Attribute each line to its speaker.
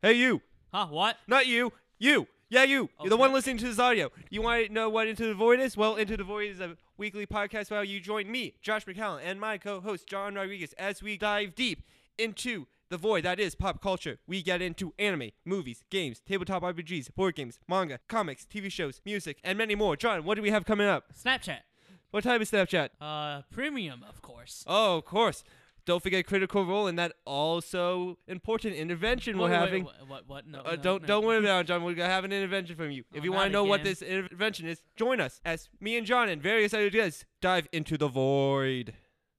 Speaker 1: Hey, you.
Speaker 2: Huh? What?
Speaker 1: Not you. You. Yeah, you. You're the
Speaker 2: Okay.
Speaker 1: one listening to this audio. You want to know what Into the Void is? Well, Into the Void is a weekly podcast where you join me, Josh McCallum, and my co-host John Rodriguez as we dive deep into the void that is pop culture. We get into anime, movies, games, tabletop RPGs, board games, manga, comics, TV shows, music, and many more. John, what do we have coming up?
Speaker 2: Snapchat.
Speaker 1: What time is Snapchat?
Speaker 2: Uh, premium, of course.
Speaker 1: Oh, of course. Don't forget Critical Role and that also important intervention we're
Speaker 2: Wait, wait,
Speaker 1: having.
Speaker 2: What? What? what? No,
Speaker 1: Uh,
Speaker 2: no,
Speaker 1: don't
Speaker 2: no.
Speaker 1: don't worry about it, John. We're gonna have an intervention from you. If
Speaker 2: Oh,
Speaker 1: you want to
Speaker 2: not
Speaker 1: know what
Speaker 2: again.
Speaker 1: this intervention is, join us as me and John and various ideas dive into the void.